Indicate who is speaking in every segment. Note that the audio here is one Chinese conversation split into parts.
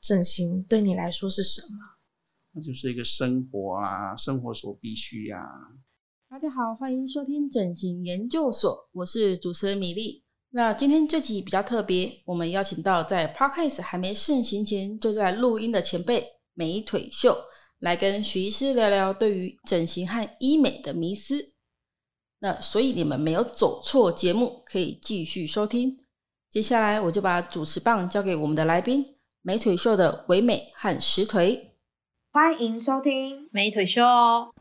Speaker 1: 整形对你来说是什么？
Speaker 2: 那就是一个生活啊，生活所必须啊。
Speaker 3: 大家好，欢迎收听整形研究所，我是主持人米粒。那今天这集比较特别，我们邀请到在 Podcast 还没盛行前就在录音的前辈美腿秀，来跟徐医师聊聊对于整形和医美的迷思。那所以你们没有走错节目，可以继续收听。接下来我就把主持棒交给我们的来宾美腿秀的唯美和石腿。
Speaker 4: 欢迎收听，
Speaker 5: 美腿秀哦，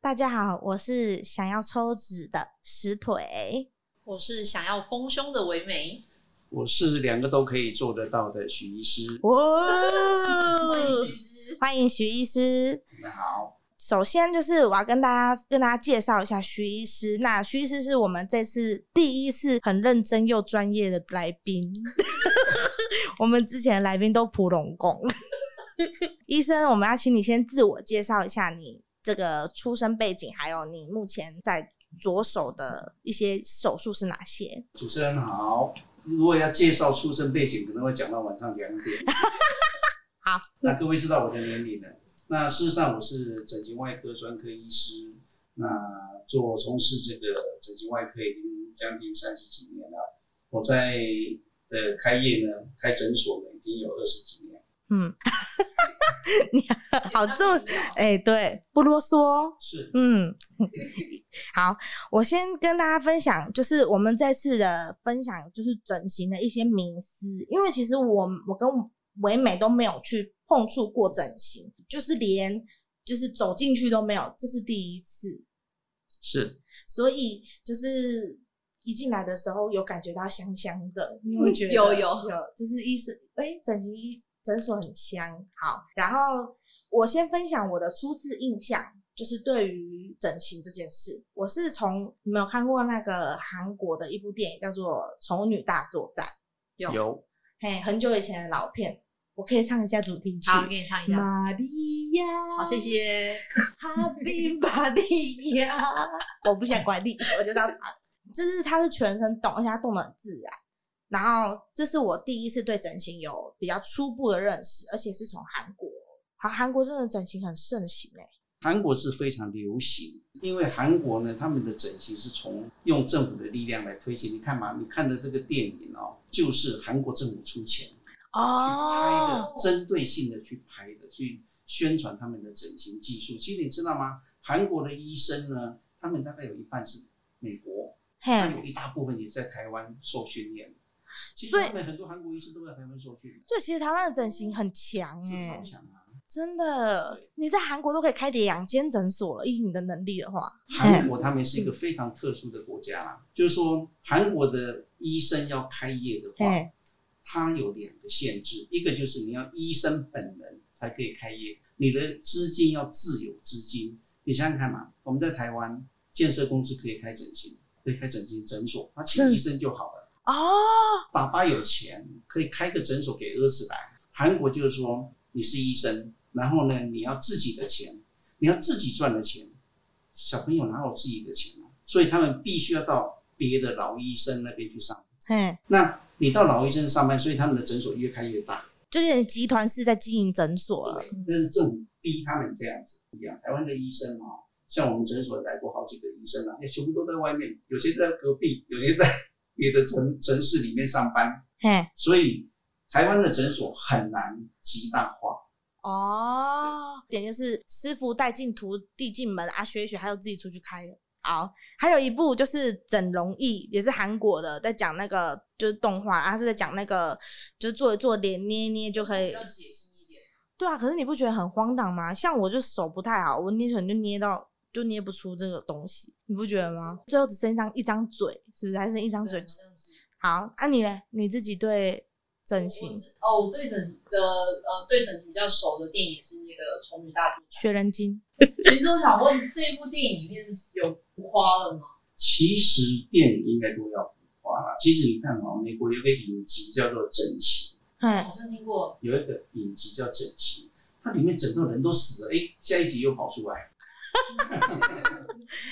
Speaker 1: 大家好，我是想要抽脂的石腿。
Speaker 5: 我是想要丰胸的唯 美，
Speaker 2: 我是两个都可以做得到的许医师。
Speaker 1: 哦，
Speaker 5: 律师
Speaker 1: 欢迎徐医师。
Speaker 2: 你们好，
Speaker 1: 首先就是我要跟大家跟大家介绍一下徐医师。那徐医师是我们这次第一次很认真又专业的来宾。 我们之前的来宾都普龙 宫。医生，我们要请你先自我介绍一下你这个出生背景，还有你目前在着手的一些手术是哪些？
Speaker 2: 主持人好。如果要介绍出生背景，可能会讲到晚上两点。
Speaker 1: 好，
Speaker 2: 那各位知道我的年龄了。那事实上，我是整形外科专科医师，那做从事这个整形外科已经将近三十几年了。我在的开业呢，开诊所呢，已经有二十几年。
Speaker 1: 嗯，你好这么哎、对，不啰嗦。
Speaker 2: 是，
Speaker 1: 嗯，好，我先跟大家分享，就是我们这次的分享就是整形的一些迷思，因为其实我我跟唯美都没有去碰触过整形，就是连就是走进去都没有，这是第一次，
Speaker 2: 是，
Speaker 1: 所以就是一进来的时候有感觉到香香的，你会觉得
Speaker 5: 有有
Speaker 1: 哦有，就是医生哎、整形医诊所很香。好，然后我先分享我的初次印象，就是对于整形这件事，我是从你们有看过那个韩国的一部电影叫做《丑女大作战》，
Speaker 5: 有
Speaker 2: 有
Speaker 1: 嘿，很久以前的老片，我可以唱一下主题曲。
Speaker 5: 好，给你唱一下，
Speaker 1: 玛利亚，
Speaker 5: 好，谢谢。
Speaker 1: 哈比巴利亚， 我不想管你，我就这样唱。 就是它是全身动，而且它动的很自然。然后这是我第一次对整形有比较初步的认识，而且是从韩国。好，韩国真的整形很盛行哎、
Speaker 2: 韩国是非常流行，因为韩国呢，他们的整形是从用政府的力量来推行。你看嘛，你看的这个电影哦，就是韩国政府出钱去
Speaker 1: 哦
Speaker 2: 拍
Speaker 5: 哦
Speaker 2: 的，针对性的去拍的，去宣传他们的整形技术。其实你知道吗？韩国的医生呢，他们大概有一半是美国，还
Speaker 1: 嘿，
Speaker 2: 有一大部分也在台湾受训练。其实
Speaker 1: 所以
Speaker 2: 他们很多韩国医生都在台湾受训的，
Speaker 1: 所以其实台湾的整形很强
Speaker 2: 是
Speaker 1: 哎、
Speaker 2: 超强啊！
Speaker 1: 真的
Speaker 2: 对，
Speaker 1: 你在韩国都可以开两间诊所了，以你的能力的话，
Speaker 2: 韩国他们是一个非常特殊的国家啦，就是说韩国的医生要开业的话，
Speaker 1: 嘿，
Speaker 2: 它有两个限制，一个就是你要医生本人才可以开业，你的资金要自有资金。你想想看嘛，我们在台湾建设公司可以开整形，可以开整形诊所，他请
Speaker 1: 是
Speaker 2: 医生就好了。
Speaker 1: 哦，
Speaker 2: 爸爸有钱，可以开个诊所给儿子来。韩国就是说，你是医生，然后呢，你要自己的钱，你要自己赚的钱。小朋友哪有自己的钱啊？所以他们必须要到别的老医生那边去上班。
Speaker 1: 嘿，
Speaker 2: 那你到老医生上班，所以他们的诊所越开越大。
Speaker 1: 就是集团是在经营诊所了，
Speaker 2: 但是政府逼他们这样子不一样。台湾的医生哦，像我们诊所来过好几个医生啊，也全部都在外面，有些在隔壁，有些在 别的城城市里面上班。
Speaker 1: 嘿，
Speaker 2: 所以台湾的诊所很难极大化。
Speaker 1: 哦，点就是师傅带进徒弟进门啊，学一学，还有自己出去开了。好，还有一部就是《整容艺》，也是韩国的，在讲那个就是动画，啊是在讲那个就是做一做脸捏一捏就可以。
Speaker 5: 血腥一点，
Speaker 1: 对啊，可是你不觉得很荒唐吗？像我就手不太好，我捏可能就捏到就捏不出这个东西，你不觉得吗？最后只剩一张一张嘴，是不是？还剩一张嘴。好，啊你嘞，你自己对整
Speaker 5: 我
Speaker 1: 形
Speaker 5: 只哦，我对整的呃对整形比较熟的电影是那个《丑女大作
Speaker 1: 学人精
Speaker 5: 战》。其实我想问，这部电影里面有浮夸了吗？
Speaker 2: 其实电影应该都要补花啦。其实你看哦，美国有个影集叫做《整形
Speaker 1: 哎，
Speaker 5: 好像听过》，
Speaker 2: 有一个影集叫《整形》，它里面整个人都死了，哎、下一集又跑出来。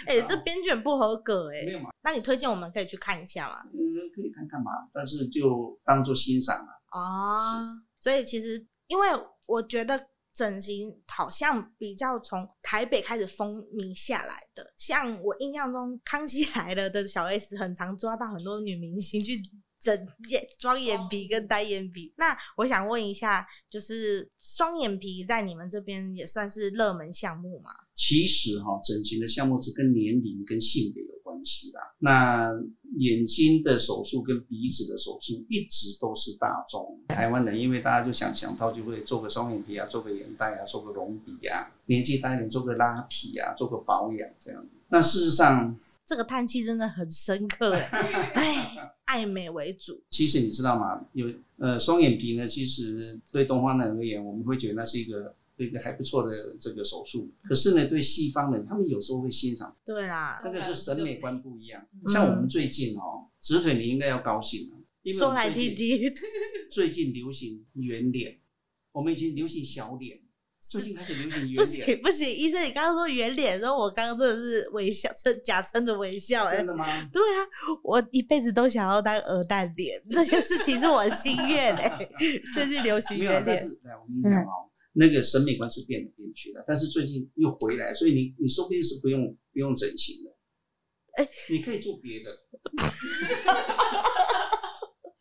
Speaker 1: 哎、这编剧很不合格哎、
Speaker 2: 没有嘛？
Speaker 1: 那你推荐我们可以去看一下吗？
Speaker 2: 嗯，可以看看嘛，但是就当做欣赏嘛。
Speaker 1: 啊，所以其实因为我觉得整形好像比较从台北开始风靡下来的，像我印象中《康熙来了》的小 S 很常抓到很多女明星去。整眼双眼皮跟单眼皮，那我想问一下，就是双眼皮在你们这边也算是热门项目吗？
Speaker 2: 其实哈、整形的项目是跟年龄跟性别有关系啦。那眼睛的手术跟鼻子的手术一直都是大众。台湾人因为大家就想想到就会做个双眼皮啊，做个眼袋啊，做个隆鼻啊，年纪大一点做个拉皮啊，做个保养这样。那事实上，
Speaker 1: 这个叹气真的很深刻 欸，哎，爱美为主，
Speaker 2: 其实你知道吗？有呃双眼皮呢，其实对东方人而言，我们会觉得那是一个一个还不错的这个手术。可是呢，对西方人，他们有时候会欣赏。
Speaker 1: 对啦，
Speaker 2: 那个是审美观不一样。
Speaker 5: 嗯
Speaker 2: 像我们最近哦，直腿你应该要高兴了，因为我
Speaker 1: 说来
Speaker 2: 们最
Speaker 1: 听
Speaker 2: 近
Speaker 1: 听，
Speaker 2: 最近流行圆脸，我们以前流行小脸，最近开始流行
Speaker 1: 不
Speaker 2: 圆脸，
Speaker 1: 行不行，医生，你刚刚说圆脸，然后我刚刚真的是微笑，撑假撑着微笑、哎
Speaker 2: 真，的吗？
Speaker 1: 对啊，我一辈子都想要当鹅蛋脸，这件事情是我心愿哎、最近流行
Speaker 2: 没有啊
Speaker 1: 圆，
Speaker 2: 但
Speaker 1: 脸，
Speaker 2: 是来我跟你讲哦。那个审美观是变来变去的，但是最近又回来，所以你你说不定是不用不用整形的，
Speaker 1: 哎
Speaker 2: 你可以做别的。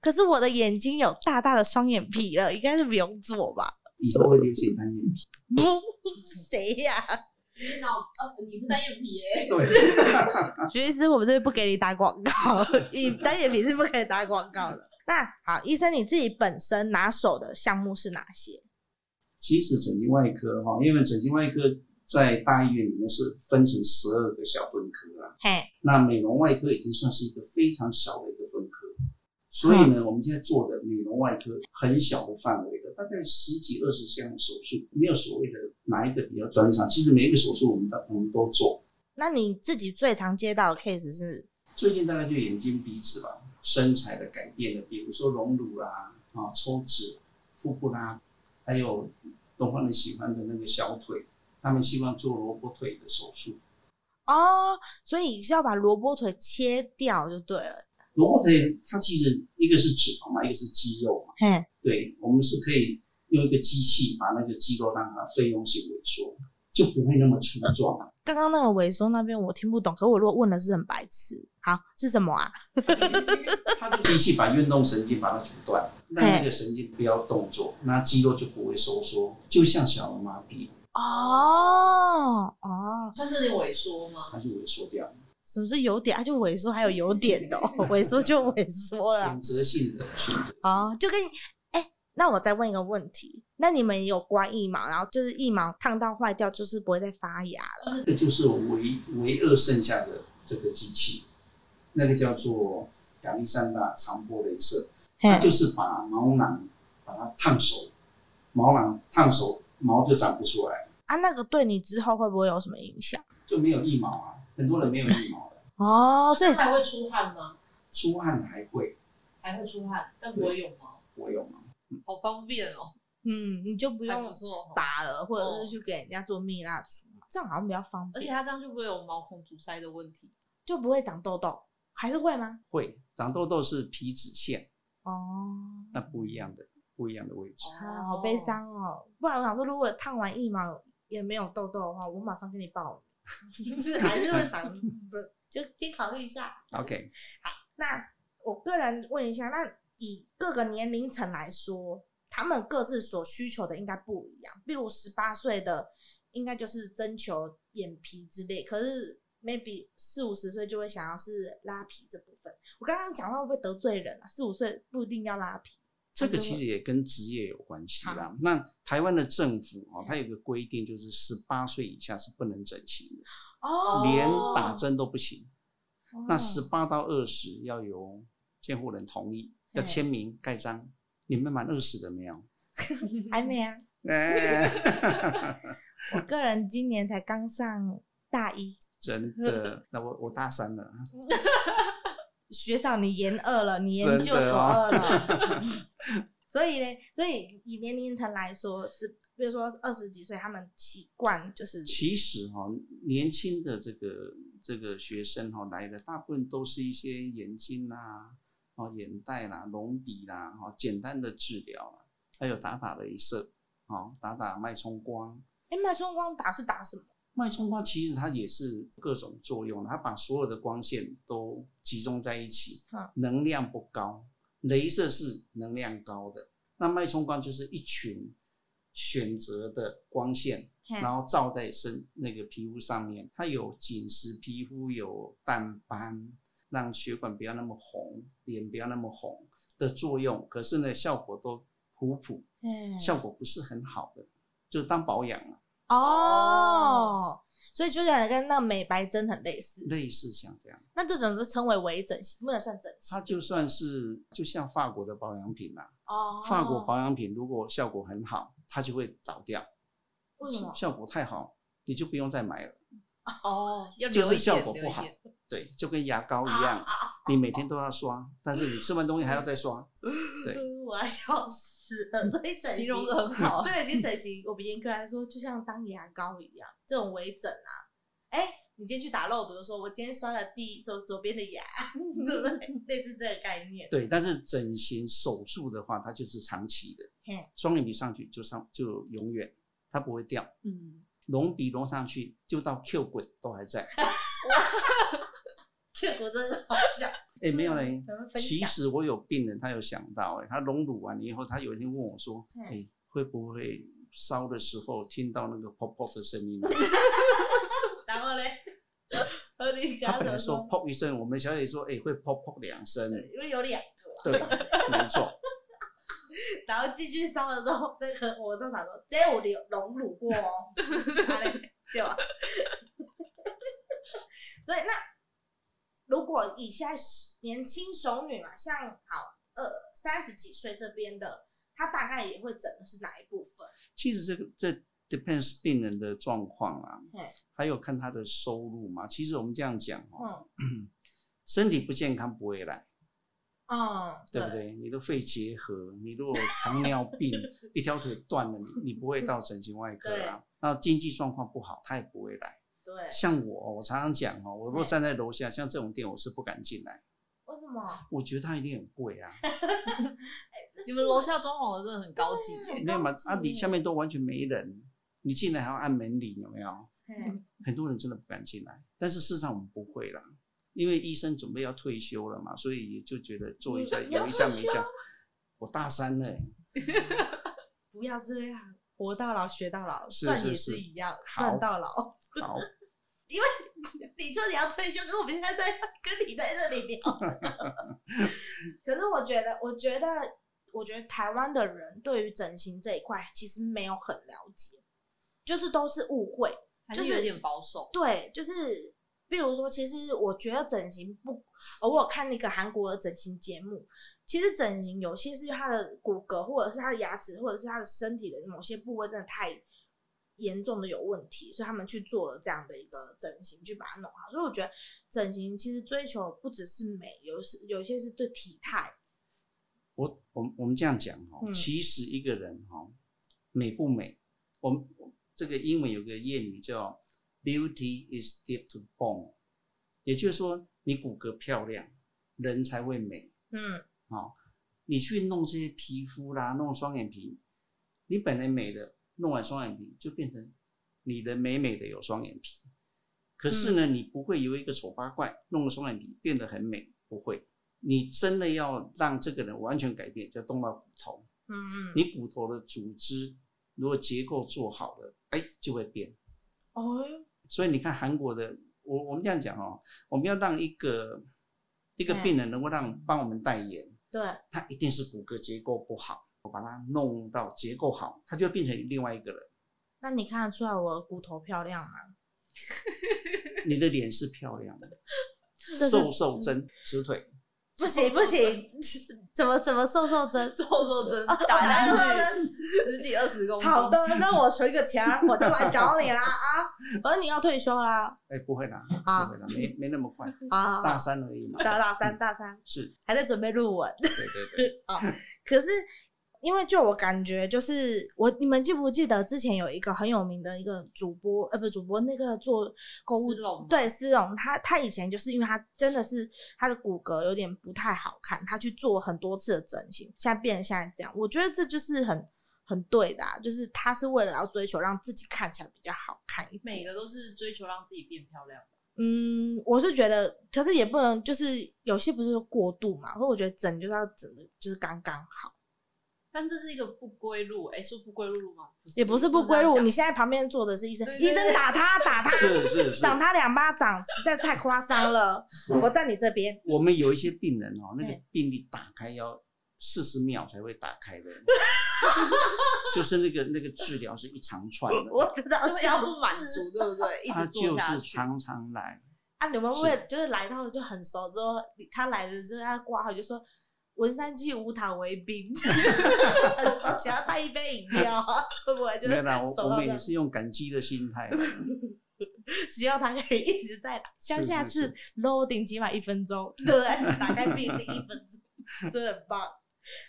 Speaker 1: 可是我的眼睛有大大的双眼皮了，应该是不用做吧？
Speaker 2: 以后会流行单眼皮，
Speaker 1: 不，谁呀、
Speaker 5: 你是脑呃，你是单眼皮 耶、
Speaker 2: 对，啊
Speaker 1: 徐医师，我们这边不给你打广 告，你单眼皮是不可以打广告的。那好，医生你自己本身拿手的项目是哪些？
Speaker 2: 其实整形外科哈，因为整形外科在大医院里面是分成十二个小分科啊，
Speaker 1: 嘿，
Speaker 2: 那美容外科已经算是一个非常小的一个分科，所以呢，我们现在做的美容外科很小的范围的，大概十几二十项手术，没有所谓的哪一个比较专长。其实每一个手术我们都我们都做。
Speaker 1: 那你自己最常接到的 case 是
Speaker 2: 最近大概就眼睛、鼻子吧，身材的改变的，比如说隆乳啦、啊、抽脂、腹部啦，还有东方人喜欢的那个小腿，他们希望做萝卜腿的手术。
Speaker 1: 哦，所以是要把萝卜腿切掉就对了。
Speaker 2: 萝卜腿它其实一个是脂肪嘛，一个是肌肉嘛。
Speaker 1: 嘿，
Speaker 2: 对，我们是可以用一个机器把那个肌肉让它费用性萎缩，就不会那么粗壮啊了。
Speaker 1: 刚刚那个萎缩那边我听不懂，可我如果问的是很白痴，好是什么啊？
Speaker 2: 它的机器把运动神经把它阻断，让那个神经不要动作，那肌肉就不会收缩，就像小儿麻痹，
Speaker 1: 哦哦，
Speaker 5: 它是有点萎缩吗？
Speaker 2: 它就萎缩掉了。
Speaker 1: 什么是有点啊？就萎缩还有有点的、 哦，萎缩就萎缩了
Speaker 2: 选择性的选择，
Speaker 1: 哦，就跟哎、那我再问一个问题，那你们有刮腋毛，然后就是腋毛烫到坏掉，就是不会再发芽了？
Speaker 2: 这个就是我唯唯二剩下的这个机器，那个叫做亚历山大长波镭射。它
Speaker 1: 嘿，
Speaker 2: 就是把毛囊把它烫熟，毛囊烫熟，毛就长不出来，
Speaker 1: 啊，那个对你之后会不会有什么影响？
Speaker 2: 就没有腋毛啊。很多人没有腋毛的，
Speaker 1: 哦，所以
Speaker 5: 它还会出汗吗？
Speaker 2: 出汗还会
Speaker 5: 还会出汗，但不会有毛，
Speaker 2: 我有毛，
Speaker 5: 好方便哦，
Speaker 1: 嗯，你就不
Speaker 5: 不
Speaker 1: 用
Speaker 5: 错哦
Speaker 1: 拔了，或者
Speaker 5: 哦
Speaker 1: 是去给人家做蜜蜡除，这样好像比较方
Speaker 5: 而且
Speaker 1: 便，
Speaker 5: 它这样就不会有毛孔阻塞的问题。
Speaker 1: 就不会长痘痘，还是会吗？
Speaker 2: 会长痘痘是皮脂腺，
Speaker 1: 哦，
Speaker 2: 那不一样的不一样的位置。
Speaker 1: 啊，好悲伤哦！不然我想说，如果烫完腋毛也没有痘痘的话，我马上跟你报名， 就是还是会长，不就先考虑一下。
Speaker 2: OK，
Speaker 1: 那我个人问一下，那以各个年龄层来说，他们各自所需求的应该不一样。比如十八岁的，应该就是征求眼皮之类，可是 maybe 四五十岁就会想要是拉皮这部分。我刚刚讲话会不会得罪人啊？四五岁不一定要拉皮，
Speaker 2: 这个
Speaker 1: 还是
Speaker 2: 其
Speaker 1: 会
Speaker 2: 实也跟职业有关系啦。那台湾的政府哦，
Speaker 1: 嗯
Speaker 2: 它有个规定，就是十八岁以下是不能整形的，
Speaker 1: 哦，
Speaker 2: 连打针都不行。
Speaker 1: 哦，
Speaker 2: 那十八到二十要由监护人同意，要
Speaker 1: 对
Speaker 2: 签名盖章。你们满二十了没 有？
Speaker 1: 还没啊？
Speaker 2: 哎，
Speaker 1: 我个人今年才刚上大一，
Speaker 2: 真的。那我我大三了，
Speaker 1: 学长，你研二了，你研
Speaker 2: 真
Speaker 1: 究
Speaker 2: 的
Speaker 1: 所
Speaker 2: 啊
Speaker 1: 二了， 所以呢，所以以年龄层来说是，比如说二十几岁，他们习惯就是
Speaker 2: 其实哈、年轻的这个这个学生哈、来的，大部分都是一些眼睛啦、哦眼袋啦、隆鼻啦、哦简单的治疗啦，还有打打镭射，哦打打脉冲光。
Speaker 1: 哎，脉冲光打是打什么？
Speaker 2: 脉冲光其实它也是各种作用，它把所有的光线都集中在一起
Speaker 1: 嗯，
Speaker 2: 能量不高，镭射是能量高的，那脉冲光就是一群选择的光线
Speaker 1: 嘿
Speaker 2: 然后照在身那个皮肤上面，它有紧实皮肤，有淡斑，让血管不要那么红，脸不要那么红的作用。可是呢，效果都普普，
Speaker 1: 嗯
Speaker 2: 效果不是很好的，就当保养啊，
Speaker 1: 哦，所以就像跟那美白针很类似。
Speaker 2: 类似像这样，
Speaker 1: 那这种就称为微整形，不能算整形
Speaker 2: 它就算是就像法国的保养品啦、
Speaker 1: 哦。
Speaker 2: 法国保养品如果效果很好，它就会早掉；
Speaker 1: 为什么？
Speaker 2: 效果太好，你就不用再买了。
Speaker 5: 哦，要
Speaker 2: 就
Speaker 5: 留
Speaker 2: 是
Speaker 5: 一
Speaker 2: 效
Speaker 5: 点，
Speaker 2: 果
Speaker 5: 留
Speaker 2: 不
Speaker 5: 一
Speaker 2: 好
Speaker 5: 点。，
Speaker 2: 对，就跟牙膏一样，你每天都要刷，但是你吃完东西还要再刷，对，
Speaker 1: 我要笑死了。所以整
Speaker 5: 形
Speaker 1: 形
Speaker 5: 容的很好。
Speaker 1: 对，其实整形，我们严格来说，就像当牙膏一样，这种微整啊，哎、你今天去打肉毒的时候，我今天刷了第左左边的牙， 对不对？类似这个概念。
Speaker 2: 对。但是整形手术的话，它就是长期的
Speaker 1: 嘿，
Speaker 2: 双眼皮上去就上就永远，它不会掉，
Speaker 5: 嗯，
Speaker 2: 隆鼻隆上去就到 Q 滚都还在。
Speaker 1: 结果真的好笑，
Speaker 2: 哎，没有嘞
Speaker 1: 咱嗯们，分
Speaker 2: 其
Speaker 1: 享
Speaker 2: 实我有病人，他有想到、哎，他隆乳完以后，他有一天问我说，
Speaker 1: 嗯
Speaker 2: 哎，会不会烧的时候听到那个噗噗的声音啊？
Speaker 1: 然后嘞， 和你刚
Speaker 2: 他
Speaker 1: 刚
Speaker 2: 本
Speaker 1: 怎
Speaker 2: 来
Speaker 1: 么
Speaker 2: 说
Speaker 1: 说？
Speaker 2: 噗一声，我们小姐说，哎，会噗噗两声。
Speaker 1: 对因为有两个，
Speaker 2: 对，没错，
Speaker 1: 然后进去烧了之后，那个我正常说，这我有荣辱过哦，然后嘞对吧？所以那如果以现在年轻熟女嘛，像好呃三十几岁这边的，她大概也会整的是哪一部分？
Speaker 2: 其实这个这 depends 病人的状况啦
Speaker 1: 对，
Speaker 2: 还有看他的收入嘛。其实我们这样讲哦，
Speaker 1: 嗯
Speaker 2: 身体不健康不会来，
Speaker 1: 嗯，
Speaker 2: 对不？对？你的肺结核，你如果糖尿 病，一条腿断了，你你不会到整形外科啊。那经济状况不好，他也不会来。
Speaker 1: 对，
Speaker 2: 像我，我常常讲哦，我如果
Speaker 1: 对
Speaker 2: 站在楼下，像这种店，我是不敢进来，
Speaker 1: 为什么？
Speaker 2: 我觉得它一定很贵 啊。
Speaker 5: 你们楼下装潢的真的很高级耶，
Speaker 1: 很
Speaker 2: 你看嘛
Speaker 1: 高，级
Speaker 2: 啊，里
Speaker 1: 耶
Speaker 2: 下面都完全没人，你进来还要按门铃，有没有？
Speaker 1: 嘿
Speaker 2: 很多人真的不敢进来，但是事实上我们不会啦，因为医生准备要退休了嘛，所以也就觉得做一下
Speaker 1: 你要
Speaker 2: 有一下没一下。我大三了欸、
Speaker 1: 不要这样，活到老学到老，
Speaker 2: 是
Speaker 1: 算
Speaker 2: 是
Speaker 1: 也
Speaker 2: 是
Speaker 1: 是一样，
Speaker 2: 好
Speaker 1: 赚到老。
Speaker 2: 好，
Speaker 1: 你说你要退休，可是我们现在在跟你在这里聊这个。可是我觉得，我觉得，我觉得台湾的人对于整形这一块其实没有很了解，就是都是误会。
Speaker 5: 还
Speaker 1: 就是是
Speaker 5: 有点保守。
Speaker 1: 对，就是比如说，其实我觉得整形不，偶尔看那个韩国的整形节目，其实整形有些是他的骨骼，或者是他的牙齿，或者是他的身体的某些部位真的太严重的有问题，所以他们去做了这样的一个整形，去把它弄好。所以我觉得整形其实追求不只是美，有时有些是对体态，
Speaker 2: 我我们我们这样讲哈、
Speaker 1: 嗯
Speaker 2: 其实一个人哈、美不美，我们这个英文有个谚语叫 “beauty is deep to bone”，也就是说你骨骼漂亮，人才会美。
Speaker 1: 嗯，
Speaker 2: 哦，你去弄这些皮肤啦，弄双眼皮，你本来美的，弄完双眼皮就变成你的美美的有双眼皮。可是
Speaker 1: 嗯
Speaker 2: 呢，你不会由一个丑八怪弄了双眼皮变得很美，不会。你真的要让这个人完全改变，就要动到骨头。
Speaker 1: 嗯嗯，
Speaker 2: 你骨头的组织如果结构做好了，哎，就会变。
Speaker 1: 哦，
Speaker 2: 所以你看韩国的，我我们这样讲哦，我们要让一个一个
Speaker 1: 哎
Speaker 2: 病人能够让帮我们代言，
Speaker 1: 对，
Speaker 2: 他一定是骨骼结构不好，我把它弄到结构好，他就会变成另外一个人。
Speaker 1: 那你看得出来我的骨头漂亮吗？
Speaker 2: 你的脸是漂亮的，
Speaker 1: 这是
Speaker 2: 瘦瘦针直腿，
Speaker 1: 不行不行， 怎么怎么瘦 瘦针？
Speaker 5: 瘦瘦针打
Speaker 1: 哦打
Speaker 5: 下
Speaker 1: 下
Speaker 5: 去十几二十公 斤，
Speaker 1: 好的，那我存个钱，我就来找你啦啊！而你要退休啦
Speaker 2: 哎，不会啦，
Speaker 1: 啊
Speaker 2: 不会啦，没没那么 快，
Speaker 1: 啊！
Speaker 2: 大三而已嘛。嗯
Speaker 1: 大大三大三
Speaker 2: 是，
Speaker 1: 还在准备论文，
Speaker 2: 对对对，
Speaker 1: 哦可是因为就我感觉，就是我你们记不记得之前有一个很有名的一个主播，呃，不是主播，那个做购物
Speaker 5: 丝绒
Speaker 1: 对丝绒，他他以前就是因为他真的是他的骨骼有点不太好看，他去做很多次的整形，现在变成现在这样，我觉得这就是很。很对的、啊，就是他是为了要追求让自己看起来比较好看一点。
Speaker 5: 每个都是追求让自己变漂亮。
Speaker 1: 嗯，我是觉得，可是也不能就是有些不是说过度嘛，所以我觉得整就是要整的，就是刚刚好，
Speaker 5: 但这是一个不归路，哎、说不归路吗？
Speaker 1: 也不是不归路。你
Speaker 5: 你
Speaker 1: 现在旁边坐的是医生，
Speaker 5: 对对
Speaker 1: 医生打他打他，
Speaker 2: 是是嗯是。
Speaker 1: 赏他两巴掌，实在是太夸张了。我站你这边，
Speaker 2: 我们有一些病人 哦，那个
Speaker 1: 对
Speaker 2: 病历打开要四十秒才会打开 的，就是那个那个治疗是一长串的，
Speaker 1: 我知道
Speaker 5: 就是要
Speaker 1: 笑
Speaker 5: 不满
Speaker 1: 死
Speaker 5: 足，对不对？一
Speaker 2: 他
Speaker 5: 直
Speaker 2: 就
Speaker 5: 做下
Speaker 2: 是
Speaker 5: 去。
Speaker 2: 常常来，
Speaker 1: 啊！你们会就是来到就很熟之后，他来了之后他挂号就说。文山记无糖为 冰， 很熟，想要带一杯饮料，啊会不会就是
Speaker 2: 没有啦，我
Speaker 1: 熟
Speaker 2: 我
Speaker 1: 到
Speaker 2: 们
Speaker 1: 这
Speaker 2: 也
Speaker 1: 样
Speaker 2: 是用感激的心态啦，
Speaker 1: 只要他可以一直在打，像
Speaker 2: 是
Speaker 1: 下
Speaker 2: 是
Speaker 1: 次 loading 起码一分钟，对 不对？打 开必定一分钟，真的很棒。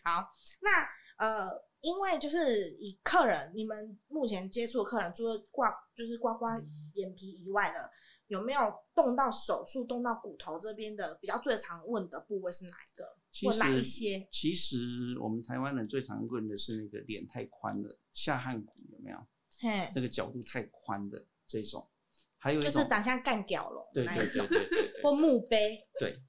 Speaker 1: 好，那呃，因为就是以客人，你们目前接触的客人，除了刮就是刮刮眼皮以外的，有没有动到手术、动到骨头这边的比较最常问的部位是哪一个？
Speaker 2: 其
Speaker 1: 或哪一
Speaker 2: 实
Speaker 1: 些
Speaker 2: 其实我们台湾人最常问的是那个脸太宽了，下颌骨有没有
Speaker 1: 嘿，
Speaker 2: 那个角度太宽的这种，还有一
Speaker 1: 就
Speaker 2: 种
Speaker 1: 是长相干屌龙
Speaker 2: 对
Speaker 1: 那
Speaker 2: 对
Speaker 1: 一
Speaker 2: 对
Speaker 1: 种，
Speaker 2: 对对对
Speaker 1: 或墓碑，
Speaker 2: 对，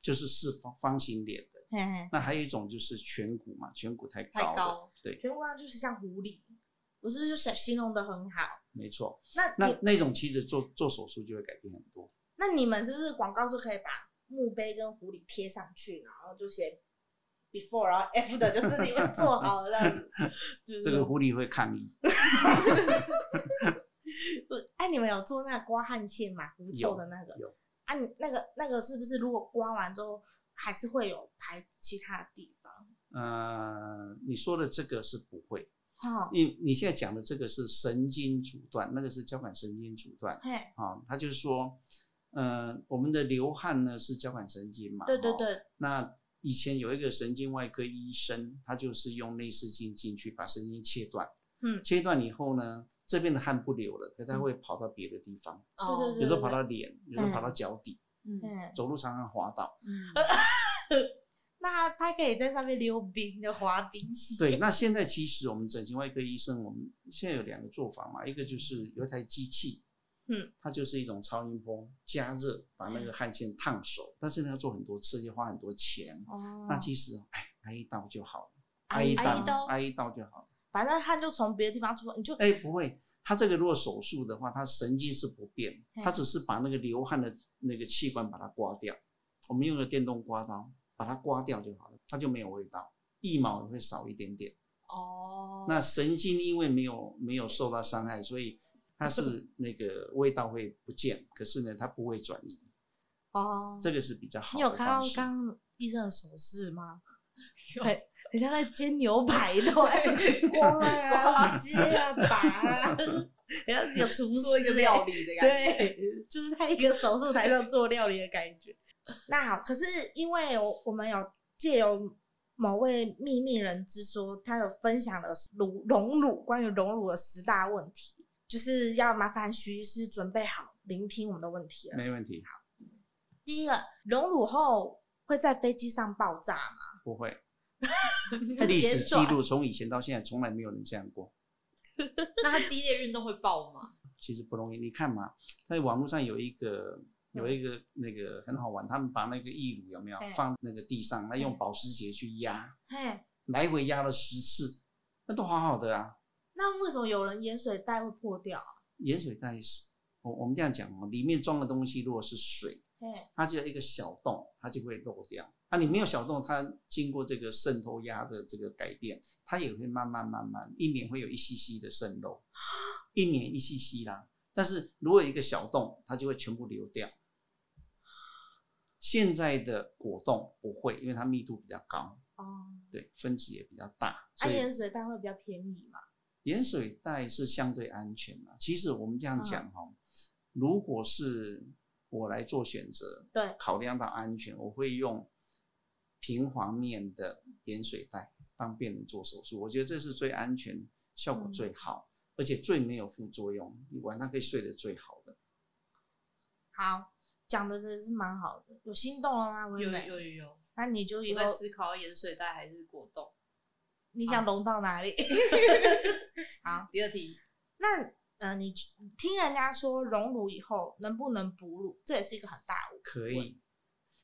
Speaker 2: 就是四方方形脸的。
Speaker 1: 嘿嘿，
Speaker 2: 那还有一种就是颧骨嘛，颧骨太高
Speaker 5: 太
Speaker 2: 了，
Speaker 5: 高
Speaker 2: 对，
Speaker 1: 全部上就是像狐狸，我是不是形容的很好？
Speaker 2: 没错。
Speaker 1: 那你
Speaker 2: 那那种其实做做手术就会改变很多，
Speaker 1: 那你们是不是广告就可以把墓碑跟狐狸贴上去，然后就写 before，然后 after 就是你们做好了这样 子。就是
Speaker 2: 这个狐狸会抗议。
Speaker 1: 不哎，你们有做那个刮汗线吗？狐臭的那个？
Speaker 2: 有有
Speaker 1: 啊，你那个那个是不是如果刮完之后还是会有排其他地方？
Speaker 2: 呃，你说的这个是不会，
Speaker 1: 哦，
Speaker 2: 你你现在讲的这个是神经阻断，那个是交感神经阻断
Speaker 1: 嘿，
Speaker 2: 啊、它就是说，呃，我们的流汗呢是交感神经嘛，
Speaker 1: 对对
Speaker 2: 哦
Speaker 1: 对，
Speaker 2: 那以前有一个神经外科医生，他就是用内视镜进去把神经切断，
Speaker 1: 嗯
Speaker 2: 切断以后呢，这边的汗不流了，可他会跑到别的地方，
Speaker 5: 哦
Speaker 1: 对
Speaker 2: 有
Speaker 1: 对
Speaker 2: 时候跑到脸，有时候跑到脚底，
Speaker 5: 嗯
Speaker 1: 嗯，
Speaker 2: 走路常常滑倒。
Speaker 5: 嗯，
Speaker 1: 那他他可以在上面溜冰，就滑冰。
Speaker 2: 对，那现在其实我们整形外科医生，我们现在有两个做法嘛，一个就是有一台机器，
Speaker 1: 嗯，
Speaker 2: 它就是一种超音波加热，把那个汗腺烫熟，但是呢要做很多次，要花很多钱。
Speaker 1: 哦啊
Speaker 2: 那其实，哎，挨一刀就好了，
Speaker 1: 挨
Speaker 2: 挨
Speaker 1: 一
Speaker 2: 一
Speaker 5: 刀
Speaker 2: 刀，挨一刀就好了。
Speaker 1: 反正汗就从别的地方出来，你就
Speaker 2: 哎，不会，他这个如果手术的话，他神经是不变，
Speaker 1: 嗯
Speaker 2: 他只是把那个流汗的那个器官把它刮掉。我们用个电动刮刀把它刮掉就好了，它就没有味道，一毛也会少一点点。
Speaker 5: 哦，
Speaker 2: 那神经因为没有没有受到伤害，所以
Speaker 1: 哦
Speaker 2: 它是那个味道会不见，可是呢，它不会转移，
Speaker 1: 哦
Speaker 2: 这个是比较好
Speaker 1: 你有
Speaker 2: 的
Speaker 1: 看到
Speaker 2: 方式。
Speaker 1: 刚刚医生的手势吗？
Speaker 5: 有
Speaker 1: 很很像在煎牛排的， 锅啊、鸡啊、拔啊，然后有厨
Speaker 5: 做
Speaker 1: 师欸
Speaker 5: 一个料，理的感觉，
Speaker 1: 对，就是在一个手术台上做料理的感觉。那好，可是因为我我们有借由某位秘密人之说，他有分享了乳荣乳关于荣乳的十大问题，就是要麻烦徐医师准备好聆听我们的问题了。
Speaker 2: 没问题，
Speaker 1: 第一个，荣乳后会在飞机上爆炸吗？
Speaker 2: 不 会。
Speaker 1: 很
Speaker 2: 历
Speaker 1: 简
Speaker 2: 史记
Speaker 1: 短
Speaker 2: 录从以前到现在，从来没有人这样过。
Speaker 5: 那他激烈运动会爆吗？
Speaker 2: 其实不容易。你看嘛，在网络上有一个有一个那个很好玩，他们把那个义乳有没有
Speaker 1: 嗯
Speaker 2: 放那个地上，那用
Speaker 1: 嗯
Speaker 2: 保时捷去压，
Speaker 1: 嘿，
Speaker 2: 来回压了十次，那都好好的啊。
Speaker 1: 那为什么有人盐水袋会破掉啊？
Speaker 2: 盐水袋是，我我们这样讲哦，里面装的东西如果是水，
Speaker 1: 嘿，
Speaker 2: 它只有一个小洞，它就会漏掉。啊，你没有小洞，它经过这个渗透压的这个改变，它也会慢慢慢慢，一年会有一 cc 的渗漏，一年一 cc 啦。但是如果有一个小洞，它就会全部流掉。现在的果冻不会，因为它密度比较高，
Speaker 1: 哦，
Speaker 2: 对，分子也比较大，
Speaker 1: 啊，
Speaker 2: 所以
Speaker 1: 盐水蛋会比较便宜嘛？
Speaker 2: 盐水袋是相对安全的。其实我们这样讲哈、如果是我来做选择，
Speaker 1: 对，
Speaker 2: 考量到安全，我会用平滑面的盐水袋，帮病人做手术。我觉得这是最安全、效果最好，而且最没有副作用，你晚上可以睡得最好的。
Speaker 1: 好，讲的真的是蛮好的，有心动了吗？
Speaker 5: 有
Speaker 1: 文美
Speaker 5: 有有有，
Speaker 1: 那你就以
Speaker 5: 我
Speaker 1: 后
Speaker 5: 在思考盐水袋还是果冻。
Speaker 1: 你想融到哪里？
Speaker 5: 好，第二题，
Speaker 1: 那呃，你听人家说溶乳以后能不能哺乳，这也是一个很大的
Speaker 2: 可以，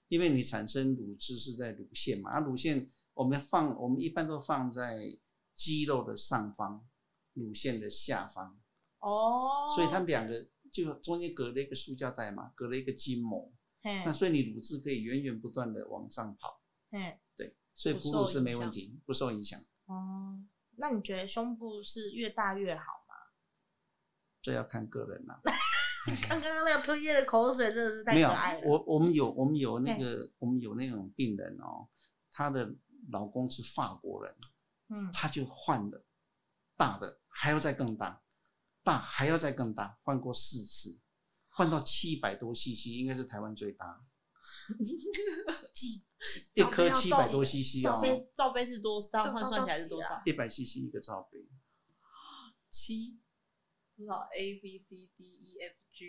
Speaker 2: 因为你产生乳汁是在乳腺嘛，啊，乳腺我们放我们一般都放在肌肉的上方，乳腺的下方，
Speaker 1: 哦。
Speaker 2: 所以它们两个就中间隔了一个塑胶袋嘛，隔了一个筋膜，
Speaker 1: 嘿
Speaker 2: 那所以你乳汁可以源源不断的往上跑，
Speaker 1: 嘿
Speaker 2: 对，所以
Speaker 5: 不
Speaker 2: 哺
Speaker 5: 受
Speaker 2: 乳是
Speaker 5: 影
Speaker 2: 没问
Speaker 5: 响
Speaker 2: 题，不受影响，
Speaker 1: 哦，那你觉得胸部是越大越好吗？
Speaker 2: 这要看个人啦、
Speaker 1: 刚刚那个喷咽的口水真的是太可
Speaker 2: 没有啊
Speaker 1: 爱，了。
Speaker 2: 我我们有我们有那个我们有那种病人哦，她的老公是法国人。
Speaker 1: 嗯，
Speaker 2: 他就换了大的，还要再更大，大还要再更大，换过四次，换到七百多 CC，应该是台湾最大，
Speaker 1: 几
Speaker 2: 一颗
Speaker 1: 照
Speaker 2: 七
Speaker 1: 片要
Speaker 2: 百多 CC
Speaker 1: 照片
Speaker 2: 哦，
Speaker 5: 杯罩杯是多少？换算起来是多
Speaker 1: 到啊
Speaker 5: 少
Speaker 1: 到？
Speaker 2: 一百 CC 一个罩杯，
Speaker 5: 七多少？A B C D E F G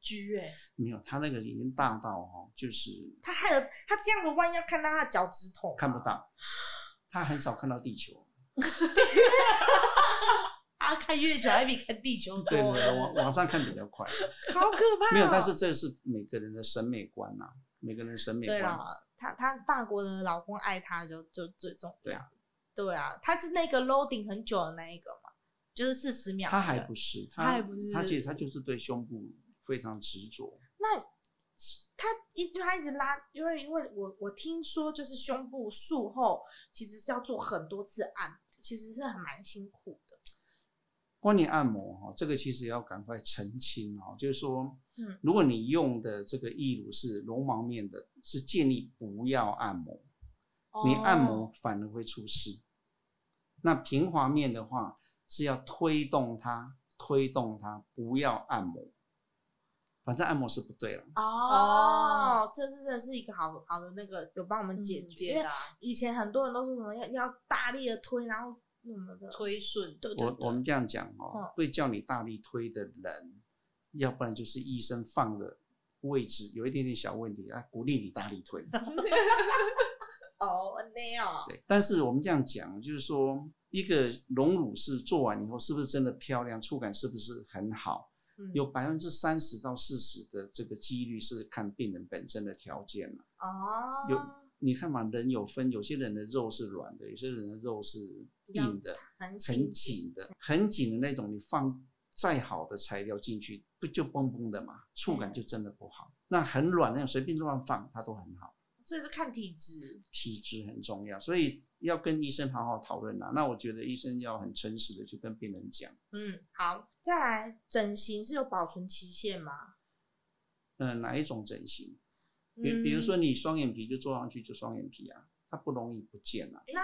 Speaker 5: G
Speaker 1: 欸
Speaker 5: 哎、
Speaker 2: 没有，他那个已经大到哦，就是
Speaker 1: 他害了他这样子弯腰看到他的脚趾头，
Speaker 2: 看不到，他很少看到地球。
Speaker 1: 他看月球还比看地球多，
Speaker 2: 对对对，网网上看比较快，
Speaker 1: 好可怕、哦。
Speaker 2: 没有，但是这是每个人的审美观呐、每个人的审美
Speaker 1: 对
Speaker 2: 观。
Speaker 1: 了，她她法国的老公爱她就就最重要。
Speaker 2: 对啊，
Speaker 1: 对啊，她是那个 loading 很久的那一个嘛，就是四十秒那
Speaker 2: 他
Speaker 1: 个。
Speaker 2: 还不是，
Speaker 1: 他
Speaker 2: 他
Speaker 1: 还不是
Speaker 2: 他其实他就是对胸部非常执着。
Speaker 1: 那她一直她一直拉，因为因为我我听说就是胸部术后其实是要做很多次按摩，其实是很蛮辛苦的。
Speaker 2: 关于按摩哈，这个其实要赶快澄清哦，就是说，
Speaker 1: 嗯，
Speaker 2: 如果你用的这个义乳是绒毛面的，是建议不要按摩，你
Speaker 1: 哦
Speaker 2: 按摩反而会出事。那平滑面的话是要推动它，推动它，不要按摩，反正按摩是不对了。
Speaker 1: 哦，这是这是一个好好的那个有帮我们解决，
Speaker 3: 嗯
Speaker 1: 因
Speaker 5: 解
Speaker 1: 为
Speaker 5: 答
Speaker 1: 以前很多人都是什么要要大力的推，然后什么的，
Speaker 5: 推顺
Speaker 1: 对对
Speaker 2: 我我
Speaker 1: 对
Speaker 2: 们，这样讲哦
Speaker 1: 嗯，
Speaker 2: 会叫你大力推的人，要不然就是医生放的位置有一点点小问题啊，鼓励你大力推。
Speaker 1: 哦，那样，
Speaker 2: 对，但是我们这样讲，就是说一个隆乳是做完以后，是不是真的漂亮，触感是不是很好？
Speaker 1: 嗯
Speaker 2: 有百分之三十到四十的这个几率是看病人本身的条件了、
Speaker 1: 哦，
Speaker 2: 有你看嘛，人有分，有些人的肉是软的，有些人的肉是硬的，
Speaker 1: 很
Speaker 2: 很
Speaker 1: 紧
Speaker 2: 紧的，很紧的那种，你放再好的材料进去，不就崩崩的嘛？触感就真的不好。那很软那种，随便乱放它都很好。
Speaker 1: 所以是看体质。
Speaker 2: 体质很重要，所以要跟医生好好讨论啦。那我觉得医生要很诚实的去跟病人讲，
Speaker 1: 嗯，好，再来整形是有保存期限吗？
Speaker 2: 嗯、哪一种整形，比比如
Speaker 1: 嗯
Speaker 2: 说你双眼皮就做上去就双眼皮啊，它不容易不见啊。
Speaker 1: 嗯那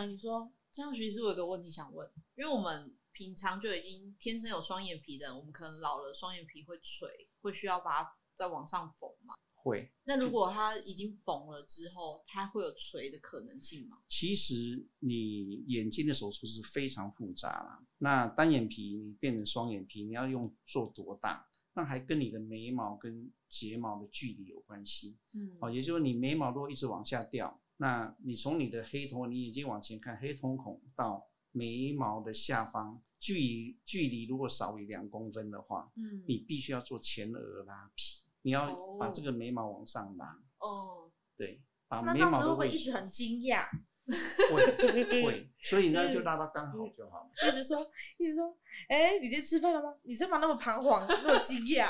Speaker 1: 好，你说，
Speaker 5: 这样，其实我有个问题想问，因为我们平常就已经天生有双眼皮的人，我们可能老了双眼皮会垂，会需要把它再往上缝嘛。
Speaker 2: 会，
Speaker 5: 那如果它已经缝了之后，它会有垂的可能性吗？
Speaker 2: 其实你眼睛的手术是非常复杂啦。那单眼皮你变成双眼皮，你要用做多大？那还跟你的眉毛跟睫毛的距离有关系。
Speaker 5: 嗯
Speaker 2: 哦，也就是说你眉毛如果一直往下掉，那你从你的黑瞳，你眼睛往前看，黑瞳孔到眉毛的下方距离距离如果少于两公分的话，
Speaker 5: 嗯
Speaker 2: 你必须要做前额拉皮，你要把
Speaker 5: 哦
Speaker 2: 这个眉毛往上拉，
Speaker 5: 哦，
Speaker 2: 对，把
Speaker 1: 那
Speaker 2: 啊眉
Speaker 1: 到时
Speaker 2: 毛
Speaker 1: 候
Speaker 2: 的
Speaker 1: 会
Speaker 2: 位
Speaker 1: 不会一直
Speaker 2: 置
Speaker 1: 很惊讶，
Speaker 2: 会会，所以
Speaker 1: 嗯
Speaker 2: 呢就拉到刚好就好了。
Speaker 1: 一直说，一直说，哎、你今天吃饭了吗？你干嘛那么彷徨，那么惊讶？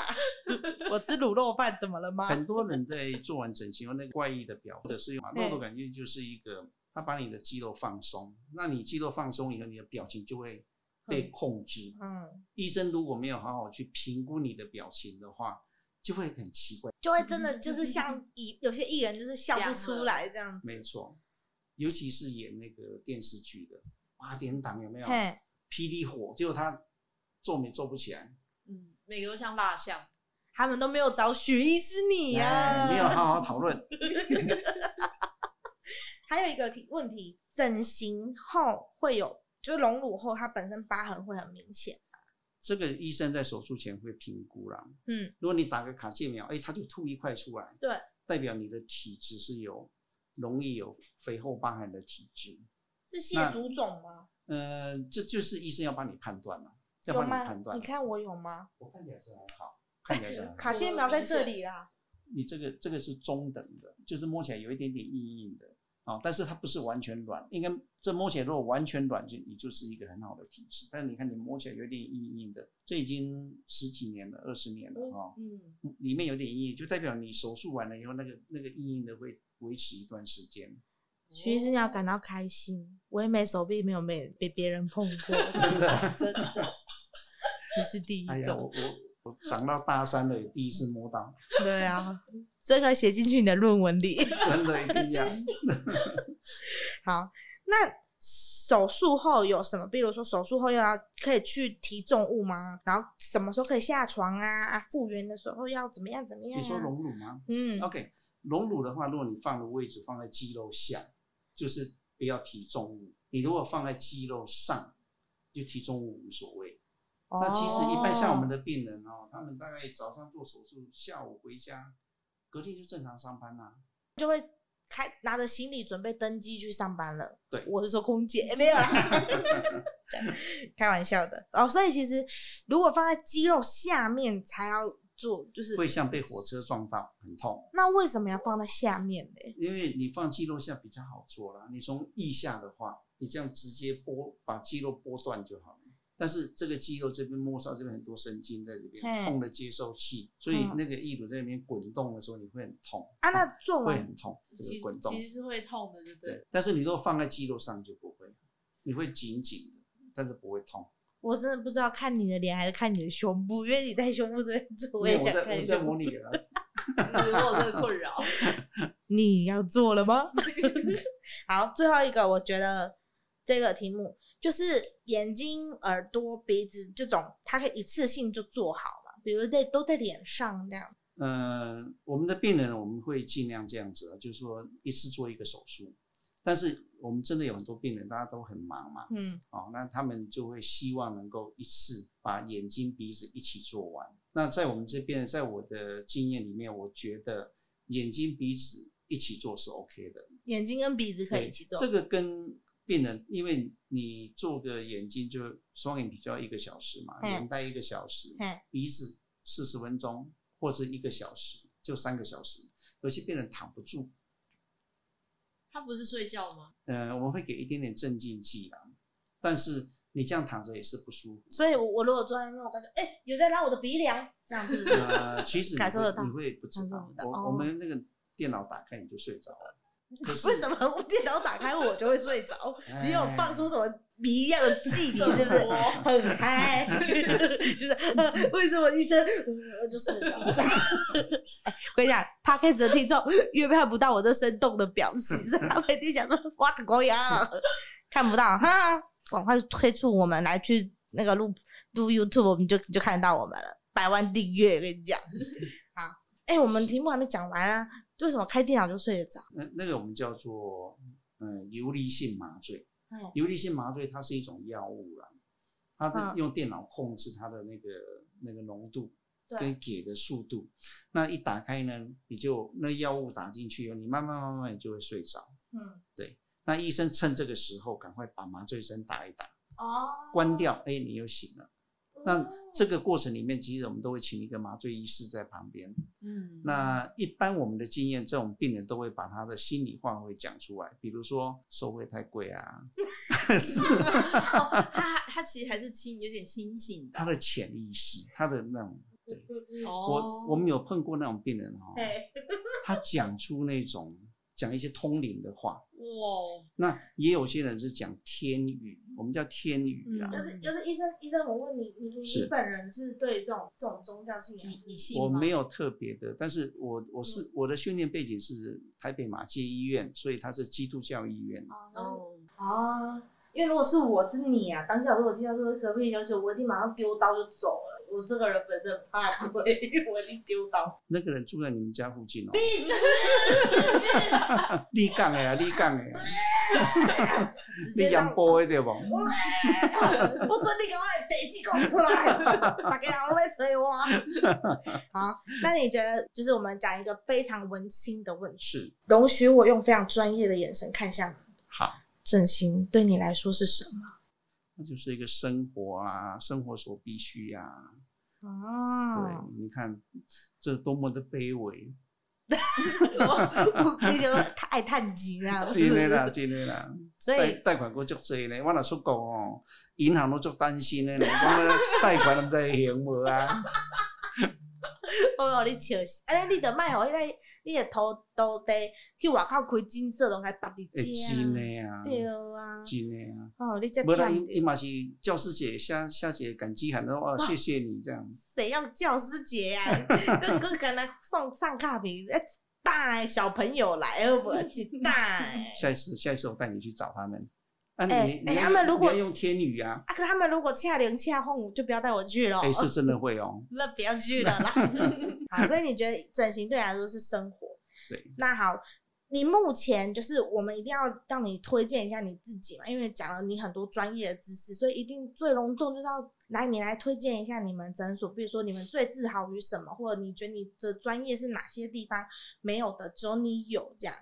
Speaker 1: 我吃卤肉饭怎么了吗
Speaker 2: 很多人在做完整形后，那个怪异的表，或者是用
Speaker 1: 对
Speaker 2: 肉豆感觉就是一个，它把你的肌肉放松，那你肌肉放松以后，你的表情就会被控制。
Speaker 1: 嗯，
Speaker 2: 医生如果没有好好去评估你的表情的话，就会很奇怪。
Speaker 1: 就会真的就是像艺有些艺人就是笑不出来这样
Speaker 2: 没
Speaker 1: 子。
Speaker 2: 错，尤其是演那个电视剧的八点档有没有？
Speaker 1: 嘿，
Speaker 2: 霹雳火，结果他做没做不起来，
Speaker 5: 嗯，每个都像蜡 像，
Speaker 1: 他们都没有找许医师你呀、
Speaker 2: 哎没有好好讨论。
Speaker 5: 嗯
Speaker 1: 还有一个题问题，整形后会有，就是隆乳后，它本身疤痕会很明显。
Speaker 2: 这个医生在手术前会评估啦。
Speaker 1: 嗯，
Speaker 2: 如果你打个卡介苗，哎，他就吐一块出来，
Speaker 1: 对，
Speaker 2: 代表你的体质是有容易有肥厚疤痕的体质。
Speaker 1: 是蟹足肿吗？
Speaker 2: 呃，这就是医生要帮你判断了，要
Speaker 1: 有
Speaker 2: 帮你
Speaker 1: 吗
Speaker 2: 判？断。
Speaker 1: 你，看我有吗？
Speaker 2: 我看起来是很好，看起 来是很啊好。
Speaker 1: 卡介苗在这里啦。
Speaker 2: 你这个这个是中等的，就是摸起来有一点点硬硬的啊、但是它不是完全软，应该这摸起来如果完全软，就你就是一个很好的体质。但你看你摸起来有点硬硬的，这已经十几年了，二十年了啊、
Speaker 5: 嗯，
Speaker 2: 里面有点硬，就代表你手术完了以后，那个那个硬硬的会维持一段时间。
Speaker 1: 徐医生
Speaker 5: 哦
Speaker 1: 要感到开心，唯美手臂没有被被别人碰 过，
Speaker 2: 真的
Speaker 1: 真的，你是第一
Speaker 2: 哎呀，
Speaker 1: 个，
Speaker 2: 我我我长到大三了，也第一次摸到，
Speaker 1: 对啊，这个写进去你的论文里。
Speaker 2: 真的一定要。
Speaker 1: 好，那手术后有什么？比如说手术后又要可以去提重物吗？然后什么时候可以下床啊？啊，复原的时候要怎么样怎么样、啊？
Speaker 2: 你说隆乳吗
Speaker 1: 嗯，
Speaker 2: ？OK，隆乳的话，如果你放的位置放在肌肉下，就是不要提重物；你如果放在肌肉上，就提重物无所谓。哦那其实一般像我们
Speaker 1: 的
Speaker 2: 的病人哦，他们大概早上做手术，下午回家，隔天就正常上班啦、
Speaker 1: 就会开拿着行李准备登机去上班了。
Speaker 2: 对
Speaker 1: 我是说空姐 没有 啦，开玩笑的。哦，所以其实如果放在肌肉下面才要做，就是
Speaker 2: 会像被火车撞到，很痛。
Speaker 1: 那为什么要放在下面呢？
Speaker 2: 因为你放肌肉下比较好做啦，你从腋下的话，你这样直接剥把肌肉剥断就好了。但是这个肌肉这边末梢这边很多神经在这边，
Speaker 1: 嘿
Speaker 2: 痛的接受器，所以
Speaker 1: 嗯
Speaker 2: 那个义乳在那边滚动的时候，你会很痛
Speaker 1: 啊，那做
Speaker 2: 会
Speaker 1: 完
Speaker 2: 很痛，这
Speaker 5: 其
Speaker 2: 个
Speaker 5: 实
Speaker 2: 滚动
Speaker 5: 其实是会痛的，对不对？
Speaker 2: 对。但是你如果放在肌肉上就不会，你会紧紧的，但是不会痛。
Speaker 1: 我真的不知道看你的脸还是看你的胸部，因为你在胸部这边做，我也
Speaker 2: 我
Speaker 1: 想
Speaker 2: 在
Speaker 1: 看
Speaker 2: 我
Speaker 1: 你
Speaker 2: 在
Speaker 1: 胸
Speaker 2: 模
Speaker 1: 部。
Speaker 2: 拟给 他
Speaker 5: 就是我有这个困扰，
Speaker 1: 你要做了吗？ 好，最后一个，我觉得这个题目就是眼睛、耳朵、鼻子这种，它可以一次性就做好嘛，比如在都在脸上这样。
Speaker 2: 呃，我们的病人我们会尽量这样子，啊就是说一次做一个手术。但是我们真的有很多病人，大家都很忙嘛，
Speaker 1: 嗯，
Speaker 2: 哦，那他们就会希望能够一次把眼睛、鼻子一起做完。那在我们这边，在我的经验里面，我觉得眼睛、鼻子一起做是 OK 的，
Speaker 1: 眼睛跟鼻子可以一起做。
Speaker 2: 这个跟病人，因为你做个眼睛就双眼皮就要一个小时嘛，
Speaker 1: 嗯
Speaker 2: 眼袋一个小时，
Speaker 1: 嗯
Speaker 2: 鼻子四十分钟或者一个小时，就三个小时。有些病人躺不住，
Speaker 5: 他不是睡觉吗？
Speaker 2: 呃，我们会给一点点镇静剂啦，但是你这样躺着也是不舒服。
Speaker 1: 所以我，我如果坐在那边，我感觉哎、有在拉我的鼻梁，这样 是不是？
Speaker 2: 呃，其实你
Speaker 1: 感受得
Speaker 2: 会
Speaker 1: 到
Speaker 2: 你会不知
Speaker 1: 感
Speaker 2: 道
Speaker 1: 受不，到
Speaker 2: 我、
Speaker 1: 哦
Speaker 2: 我们那个电脑打开你就睡 着了。可是
Speaker 1: 为什么我电脑打开我就会睡着？
Speaker 2: 哎
Speaker 1: 你有放出什么谜一样 的气体，对不对？很嗨， 就是呃为什么医生呃我就睡 着了？跟你讲 p o d c a s 的听众约判不到我这生动的表情， 所以他们一定想说哇，怎么样？ 看不到哈，赶快推出我们来去那个录录 YouTube，我们就就看得到我们了，百万订阅，我跟 你讲。好，哎、我们题目还没讲完啊，为什么开电脑就睡得着？
Speaker 2: 那那个我们叫做嗯游离性麻醉
Speaker 1: 哎。
Speaker 2: 游离性麻醉它是一种药物啦，它的
Speaker 1: 嗯
Speaker 2: 用电脑控制它的那个那个浓度
Speaker 1: 对
Speaker 2: 跟给的速度。那一打开呢，你就那药物打进去以后，你慢慢慢慢你就会睡着。
Speaker 1: 嗯，
Speaker 2: 那医生趁这个时候赶快把麻醉针打一打，
Speaker 1: 哦，
Speaker 2: 关掉，哎，你又醒了。那这个过程里面，其实我们都会请一个麻醉医师在旁边，
Speaker 5: 嗯，
Speaker 2: 那一般我们的经验，这种病人都会把他的心里话会讲出来，比如说收费太贵啊，是
Speaker 5: 哦他他其实还是清有点清醒的
Speaker 2: 他的潜意识，他的那种。对，
Speaker 5: 哦。
Speaker 2: 我我们有碰过那种病人哈、哦，
Speaker 1: 哎
Speaker 2: 他讲出那种讲一些通灵的话。
Speaker 5: 哇，
Speaker 2: 那也有些人是讲天语，我们叫天语啊。
Speaker 1: 就是就是医生医生，我问你，你你你
Speaker 2: 是
Speaker 1: 本人是对这种这种宗教信
Speaker 3: 嗯
Speaker 5: 你
Speaker 1: 仰，
Speaker 5: 你信
Speaker 2: 我
Speaker 5: 吗？
Speaker 2: 没有特别的，但是我我是
Speaker 1: 嗯
Speaker 2: 我的训练背景是台北马偕医院，所以它是基督教医院。
Speaker 5: 哦，
Speaker 1: 啊，因为如果是我是你啊，当下如果听到说隔壁小姐，我一定马上丢刀就走了。我这个人本身很怕鬼， 我一定丢刀。
Speaker 2: 那个人住在你们家附近 哦。立杠哎呀，立杠哎呀，
Speaker 1: 直接
Speaker 2: 立
Speaker 1: 让
Speaker 2: 阳波的对不？
Speaker 1: 不准你给我得机给我出来，把给老在催我。好，那你觉得就是我们讲一个非常文青的问题，
Speaker 2: 是
Speaker 1: 容许我用非常专业的眼神看向你，
Speaker 2: 好，
Speaker 1: 整形对你来说是什么？
Speaker 2: 那就是一个生活啊，生活所必须呀、啊。
Speaker 1: 哦，
Speaker 2: 对，你看这多么的 卑微，
Speaker 1: 你就太爱叹气这样子，
Speaker 2: 真的啦，真的啦。
Speaker 1: 所
Speaker 2: 贷
Speaker 1: 以
Speaker 2: 贷款够足多呢，我若出国哦，银行都足担心的呢，讲咧贷款都唔知会用无 啊。
Speaker 1: 我有你笑死，安尼你就卖互迄个你的头头地去外口开金色拢该白伫
Speaker 2: 会真
Speaker 1: 遮，
Speaker 2: 的啊，
Speaker 1: 对啊，
Speaker 2: 真的啊。
Speaker 1: 哦，你这
Speaker 2: 无啦，
Speaker 1: 忝
Speaker 2: 伊伊
Speaker 1: 着，
Speaker 2: 嘛是教师节下下节感激函，然后哦谢谢你这样。
Speaker 1: 谁要教师节啊？ 跟跟敢来送上卡片，哎，大的小朋友来，会不会一大欸的？
Speaker 2: 下一次下一次我带你去找他们。啊，你
Speaker 1: 哎
Speaker 2: 你
Speaker 1: 哎
Speaker 2: 要
Speaker 1: 他们如果
Speaker 2: 你要用天语啊，
Speaker 1: 啊，可他们如果恰零恰哄，就不要带我去了。
Speaker 2: 哎是真的会哦。
Speaker 1: 那不要去了 啦。好，所以你觉得整形对你来说是生活？
Speaker 2: 对。
Speaker 1: 那好，你目前就是我们一定要让你推荐一下你自己嘛，因为讲了你很多专业的知识，所以一定最隆重就是要来你来推荐一下你们诊所，比如说你们最自豪于什么，或者你觉得你的专业是哪些地方没有的，只有你有这样。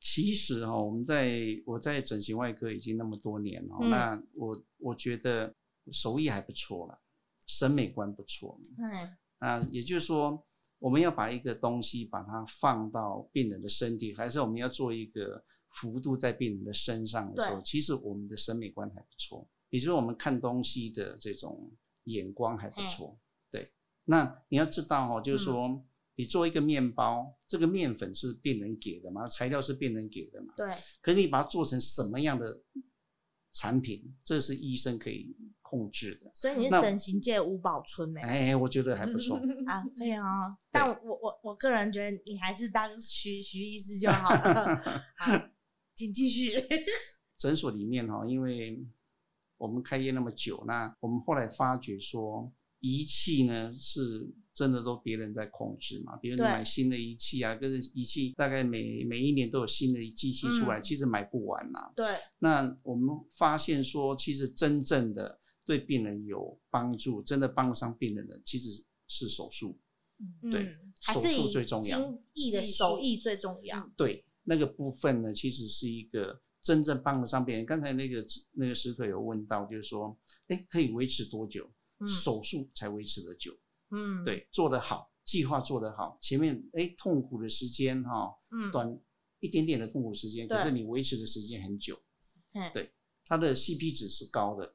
Speaker 2: 其实哈、哦，我们在我在整形外科已经那么多年了、哦，
Speaker 1: 嗯
Speaker 2: 那我我觉得手艺还不错了，审美观不错。
Speaker 1: 哎，
Speaker 2: 啊，也就是说，我们要把一个东西把它放到病人的身体，还是我们要做一个幅度在病人的身上的时候，其实我们的审美观还不错，也就是我们看东西的这种眼光还不错。对，那你要知道哦，就是说。你做一个面包，这个面粉是病人给的嘛，材料是病人给的嘛，
Speaker 1: 对，
Speaker 2: 可是你把它做成什么样的产品，这是医生可以控制的。
Speaker 1: 所以你是
Speaker 2: 那
Speaker 1: 整形界吴宝欸春呢、
Speaker 2: 哎，我觉得还不错。
Speaker 1: 啊，可以哦，但我我我个人觉得你还是当徐徐医师就好 了。好，请继续。
Speaker 2: 诊所里面哦哈，因为我们开业那么久，那我们后来发觉说，仪器呢是真的都别人在控制嘛，比如你
Speaker 1: 对
Speaker 2: 买新的仪器啊，跟着仪器大概每每一年都有新的机器出来，
Speaker 1: 嗯
Speaker 2: 其实买不完呐、啊
Speaker 1: 对，
Speaker 2: 那我们发现说，其实真正的对病人有帮助，真的帮得上病人的，其实是手术，对
Speaker 1: 嗯，还
Speaker 2: 手
Speaker 1: 是
Speaker 2: 术
Speaker 1: 以
Speaker 2: 最重要嗯
Speaker 1: 精艺的
Speaker 5: 技术
Speaker 1: 手艺最重要。
Speaker 2: 对那个部分呢，其实是一个真正帮得上病人。刚才那个那个石头有问到，就是说，哎，可以维持多久？
Speaker 1: 嗯
Speaker 2: 手术才维持得久，
Speaker 1: 嗯，，
Speaker 2: 对，做得好，计划做得好，前面哎痛苦的时间哈、
Speaker 1: 嗯，
Speaker 2: 短一点点的痛苦时间，
Speaker 1: 对
Speaker 2: 可是你维持的时间很久
Speaker 1: 嗯，
Speaker 2: 对，它的 CP 值是高的，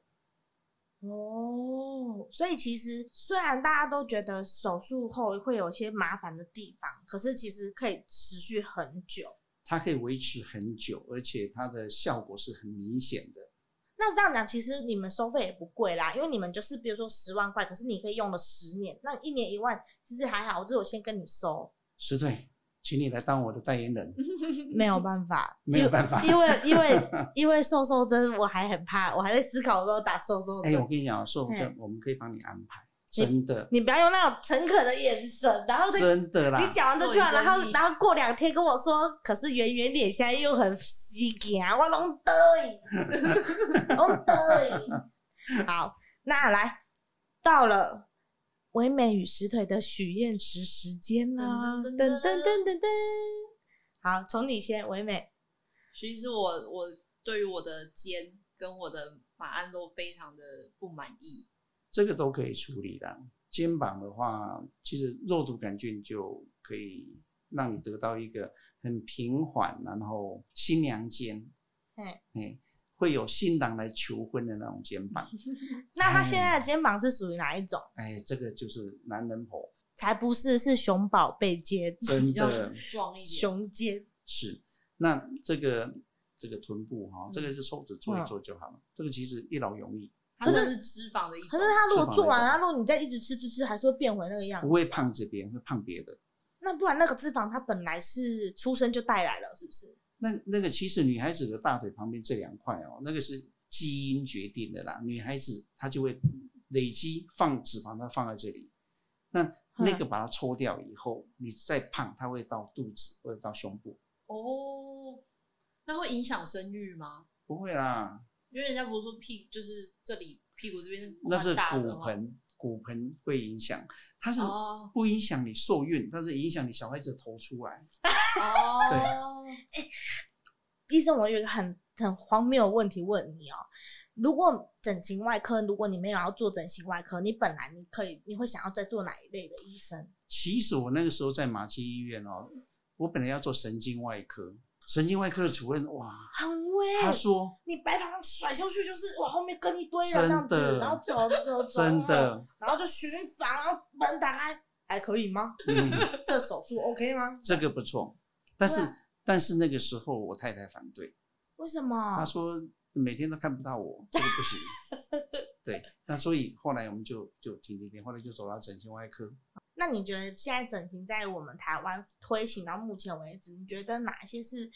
Speaker 1: 哦，所以其实虽然大家都觉得手术后会有些麻烦的地方，可是其实可以持续很久。
Speaker 2: 它可以维持很久，而且它的效果是很明显的。
Speaker 1: 那这样讲，其实你们收费也不贵啦，因为你们就是比如说十万块，可是你可以用了十年，那一年一万其实还好，这我先跟你收。
Speaker 2: 石队，请你来当我的代言
Speaker 1: 嗯
Speaker 2: 人，
Speaker 1: 没有办法，
Speaker 2: 没有办法
Speaker 1: 因为因 为因为瘦瘦针，我还很怕，我还在思考要不要打瘦瘦
Speaker 2: 哎、
Speaker 1: 针。
Speaker 2: 我跟你讲，瘦
Speaker 1: 哎
Speaker 2: 症我们可以帮你安排，真的，
Speaker 1: 你不要用那种诚恳的眼神，然后再
Speaker 2: 真的啦
Speaker 1: 哦你。讲完这句话，
Speaker 5: 做
Speaker 1: 然
Speaker 5: 一生
Speaker 1: 后
Speaker 5: 意
Speaker 1: 然后过两天跟我说，可是圆圆脸现在又很稀啊，我拢得意， 拢得意。好，那来到了。唯美与石腿的许愿池时间啦！噔噔
Speaker 5: 噔噔
Speaker 1: 噔
Speaker 5: 噔噔
Speaker 1: 噔噔，好，从你先，唯美。
Speaker 5: 其实我我对于我的肩跟我的马鞍都非常的不满意。
Speaker 2: 这个都可以处理的。肩膀的话，其实肉毒杆菌就可以让你得到一个很平缓，然后新娘肩，
Speaker 1: 嗯
Speaker 2: 哎，会有新郎来求婚的那种 肩膀。
Speaker 1: 那他现在的肩膀是属于哪一种？
Speaker 2: 哎，这个就是男人 婆，
Speaker 1: 才不是，是熊宝贝肩，
Speaker 2: 真
Speaker 5: 比 较
Speaker 2: 的
Speaker 5: 壮一点，
Speaker 1: 熊肩。
Speaker 2: 是。那这个这个臀部
Speaker 1: 嗯
Speaker 2: 哈、这个是抽脂做一做就好了，这个其实一劳永逸，
Speaker 5: 它算是脂肪的一种。
Speaker 1: 可是他如果做完，
Speaker 2: 脂肪那种
Speaker 1: 他如果你再一直吃吃吃，还是会变回那个样
Speaker 2: 不
Speaker 1: 子。
Speaker 2: 会胖这边，会胖别的。
Speaker 1: 那不然那个脂肪它本来是出生就带来了，是不是？
Speaker 2: 那那个其实女孩子的大腿旁边这两块哦，那个是基因决定的啦。女孩子她就会累积放脂肪，她放在这里。
Speaker 5: 嗯
Speaker 2: 那那个把它抽掉以后，你再胖，它会到肚子或者到胸部，
Speaker 5: 哦，那会影响生育吗？
Speaker 2: 不会啦，
Speaker 5: 因为人家不是说屁，就是这里屁股这边
Speaker 2: 那是
Speaker 5: 宽大的
Speaker 2: 骨
Speaker 5: 吗
Speaker 2: 盆，骨盆会影响，它是
Speaker 5: 哦
Speaker 2: 不影响你受孕，但是影响你小孩子头出来。
Speaker 5: 哦，
Speaker 1: 医生，我有一个很很荒谬的问题问你哦、如果整形外科，如果你没有要做整形外科，你本来你可以，你会想要再做哪一类的医生？
Speaker 2: 其实我那个时候在马偕医院哦，我本来要做神经外科，神经外科的主任哇，
Speaker 1: 很威，
Speaker 2: 他说。
Speaker 1: 你白袍上甩下去就是哇，后面跟一堆人这样
Speaker 2: 真
Speaker 1: 子，
Speaker 2: 的
Speaker 1: 然后走走走，
Speaker 2: 真的，
Speaker 1: 然后就巡房，然后门打开，还可以吗？
Speaker 2: 嗯，
Speaker 1: 这手术 OK 吗？
Speaker 2: 这个不错。但是、
Speaker 1: 对啊
Speaker 2: 但是那个时候我太太反对，
Speaker 1: 为什么？
Speaker 2: 她说每天都看不到我，这个不行。 对，那所以后来我们就就停停停，后来就走到整形外科。
Speaker 1: 那你觉得现在整形在我们台湾推行到目前为止，你觉得哪些是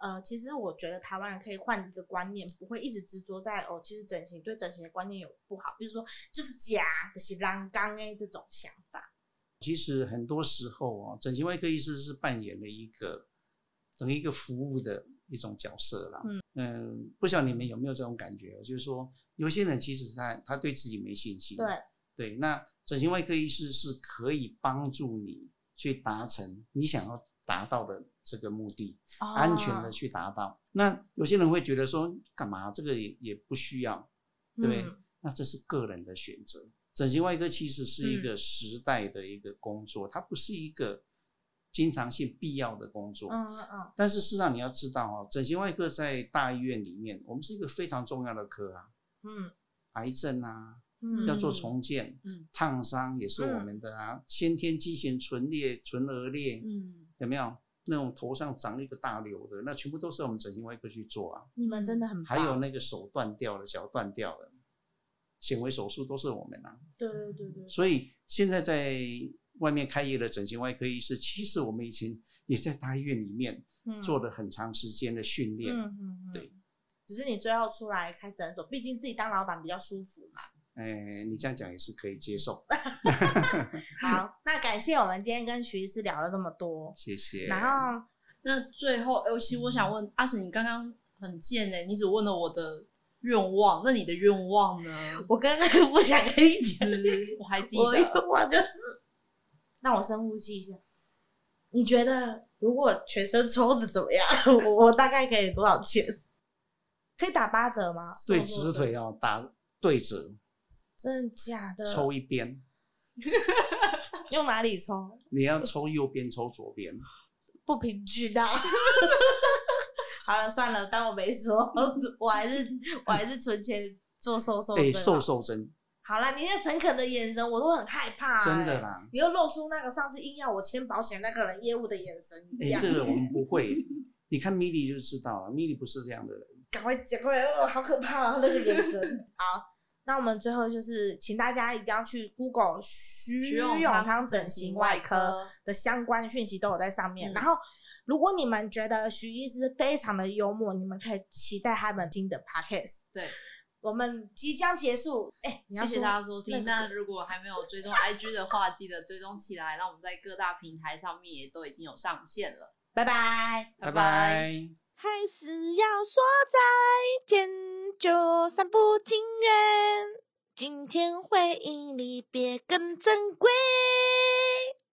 Speaker 1: 呃，其实我觉得台湾人可以换一个观念，不会一直执着在哦，其实整形对整形的观念有不好，比如说就是假，就是浪刚哎这种想法。
Speaker 2: 其实很多时候哦，整形外科医师是扮演了一个等于一个服务的一种角色啦。嗯不晓得你们有没有这种感觉？哦就是说，有些人其实他他对自己没信心，
Speaker 1: 对，
Speaker 2: 对，那整形外科医师是可以帮助你去达成你想要达到的这个目的，安全的
Speaker 1: 哦，
Speaker 2: 去达到。那有些人会觉得说，干嘛这个也也不需要，对不对？
Speaker 1: 嗯
Speaker 2: 那这是个人的选择。整形外科其实是一个时代的一个工作，它不是一个经常性必要的工作。
Speaker 1: 嗯嗯嗯，
Speaker 2: 但是事实上你要知道哦，整形外科在大医院里面，我们是一个非常重要的科啊，
Speaker 1: 嗯
Speaker 2: 癌症啊，
Speaker 1: 嗯，
Speaker 2: 要做重建，
Speaker 5: 嗯
Speaker 2: 烫伤也是我们的啊，先天畸形唇裂、唇腭裂，
Speaker 5: 嗯，
Speaker 2: 有没有？那种头上长一个大瘤的，那全部都是我们整形外科去做啊。
Speaker 1: 你们真的很棒
Speaker 2: 还有那个手断掉了，脚断掉了，显微手术都是我们啊。
Speaker 1: 对对对对，
Speaker 2: 所以现在在外面开业的整形外科医师，其实我们以前也在大医院里面
Speaker 1: 嗯
Speaker 2: 做了很长时间的训练。
Speaker 1: 嗯嗯嗯，
Speaker 2: 对。
Speaker 1: 只是你最后出来开诊所，毕竟自己当老板比较舒服嘛。
Speaker 2: 哎，你这样讲也是可以接受，
Speaker 1: 嗯好，那感谢我们今天跟徐医师聊了这么多，
Speaker 2: 谢谢。
Speaker 1: 然后
Speaker 5: 那最后，哎，其实我想问阿史，你刚刚很贱哎，你只问了我的愿望，那你的愿望呢？
Speaker 1: 我刚刚不想跟你
Speaker 5: 其
Speaker 1: 讲，
Speaker 5: 实我还记
Speaker 1: 我
Speaker 5: 得，
Speaker 1: 愿望就是让我深呼吸一下。你觉得如果全身抽脂怎么样？ 我我大概可以多少钱？可以打八折吗？
Speaker 2: 对
Speaker 1: 瘦瘦
Speaker 2: 直
Speaker 1: 的
Speaker 2: 腿要打对折，
Speaker 1: 真的假的？
Speaker 2: 抽一边，
Speaker 1: 用哪里抽？
Speaker 2: 你要抽右边，抽左边。
Speaker 1: 哦不平均的。好了，算了，当我没说， 我还是我还是存钱做瘦瘦
Speaker 2: 哎，
Speaker 1: 针。啊
Speaker 2: 瘦瘦针，
Speaker 1: 好啦，你那诚恳的眼神，我都很害怕、欸
Speaker 2: 真的。啦。
Speaker 1: 你又露出那个上次硬要我签保险那个人业务的眼神一
Speaker 2: 哎，
Speaker 1: 样，
Speaker 2: 这个我们不 会，你看米莉就知道了，米莉不是这样的人。
Speaker 1: 赶快赶快，哦，好可怕啊，那个眼神。好，那我们最后就是请大家一定要去 Google 徐永昌整形外科的相关讯息都有在上面。
Speaker 5: 嗯
Speaker 1: 然后，如果你们觉得徐医师非常的幽默，你们可以期待他们新的 podcast。
Speaker 5: 对，
Speaker 1: 我们即将结束，哎、你要
Speaker 5: 谢谢
Speaker 1: 说
Speaker 5: 大家收
Speaker 1: 那
Speaker 5: 听。
Speaker 1: 个
Speaker 5: 那如果还没有追踪 IG 的话，记得追踪起来。那我们在各大平台上面也都已经有上线了，
Speaker 1: 拜拜。
Speaker 5: 拜
Speaker 2: 拜拜。
Speaker 6: 还是要说再见，就算不情愿，今天回忆里别更珍贵。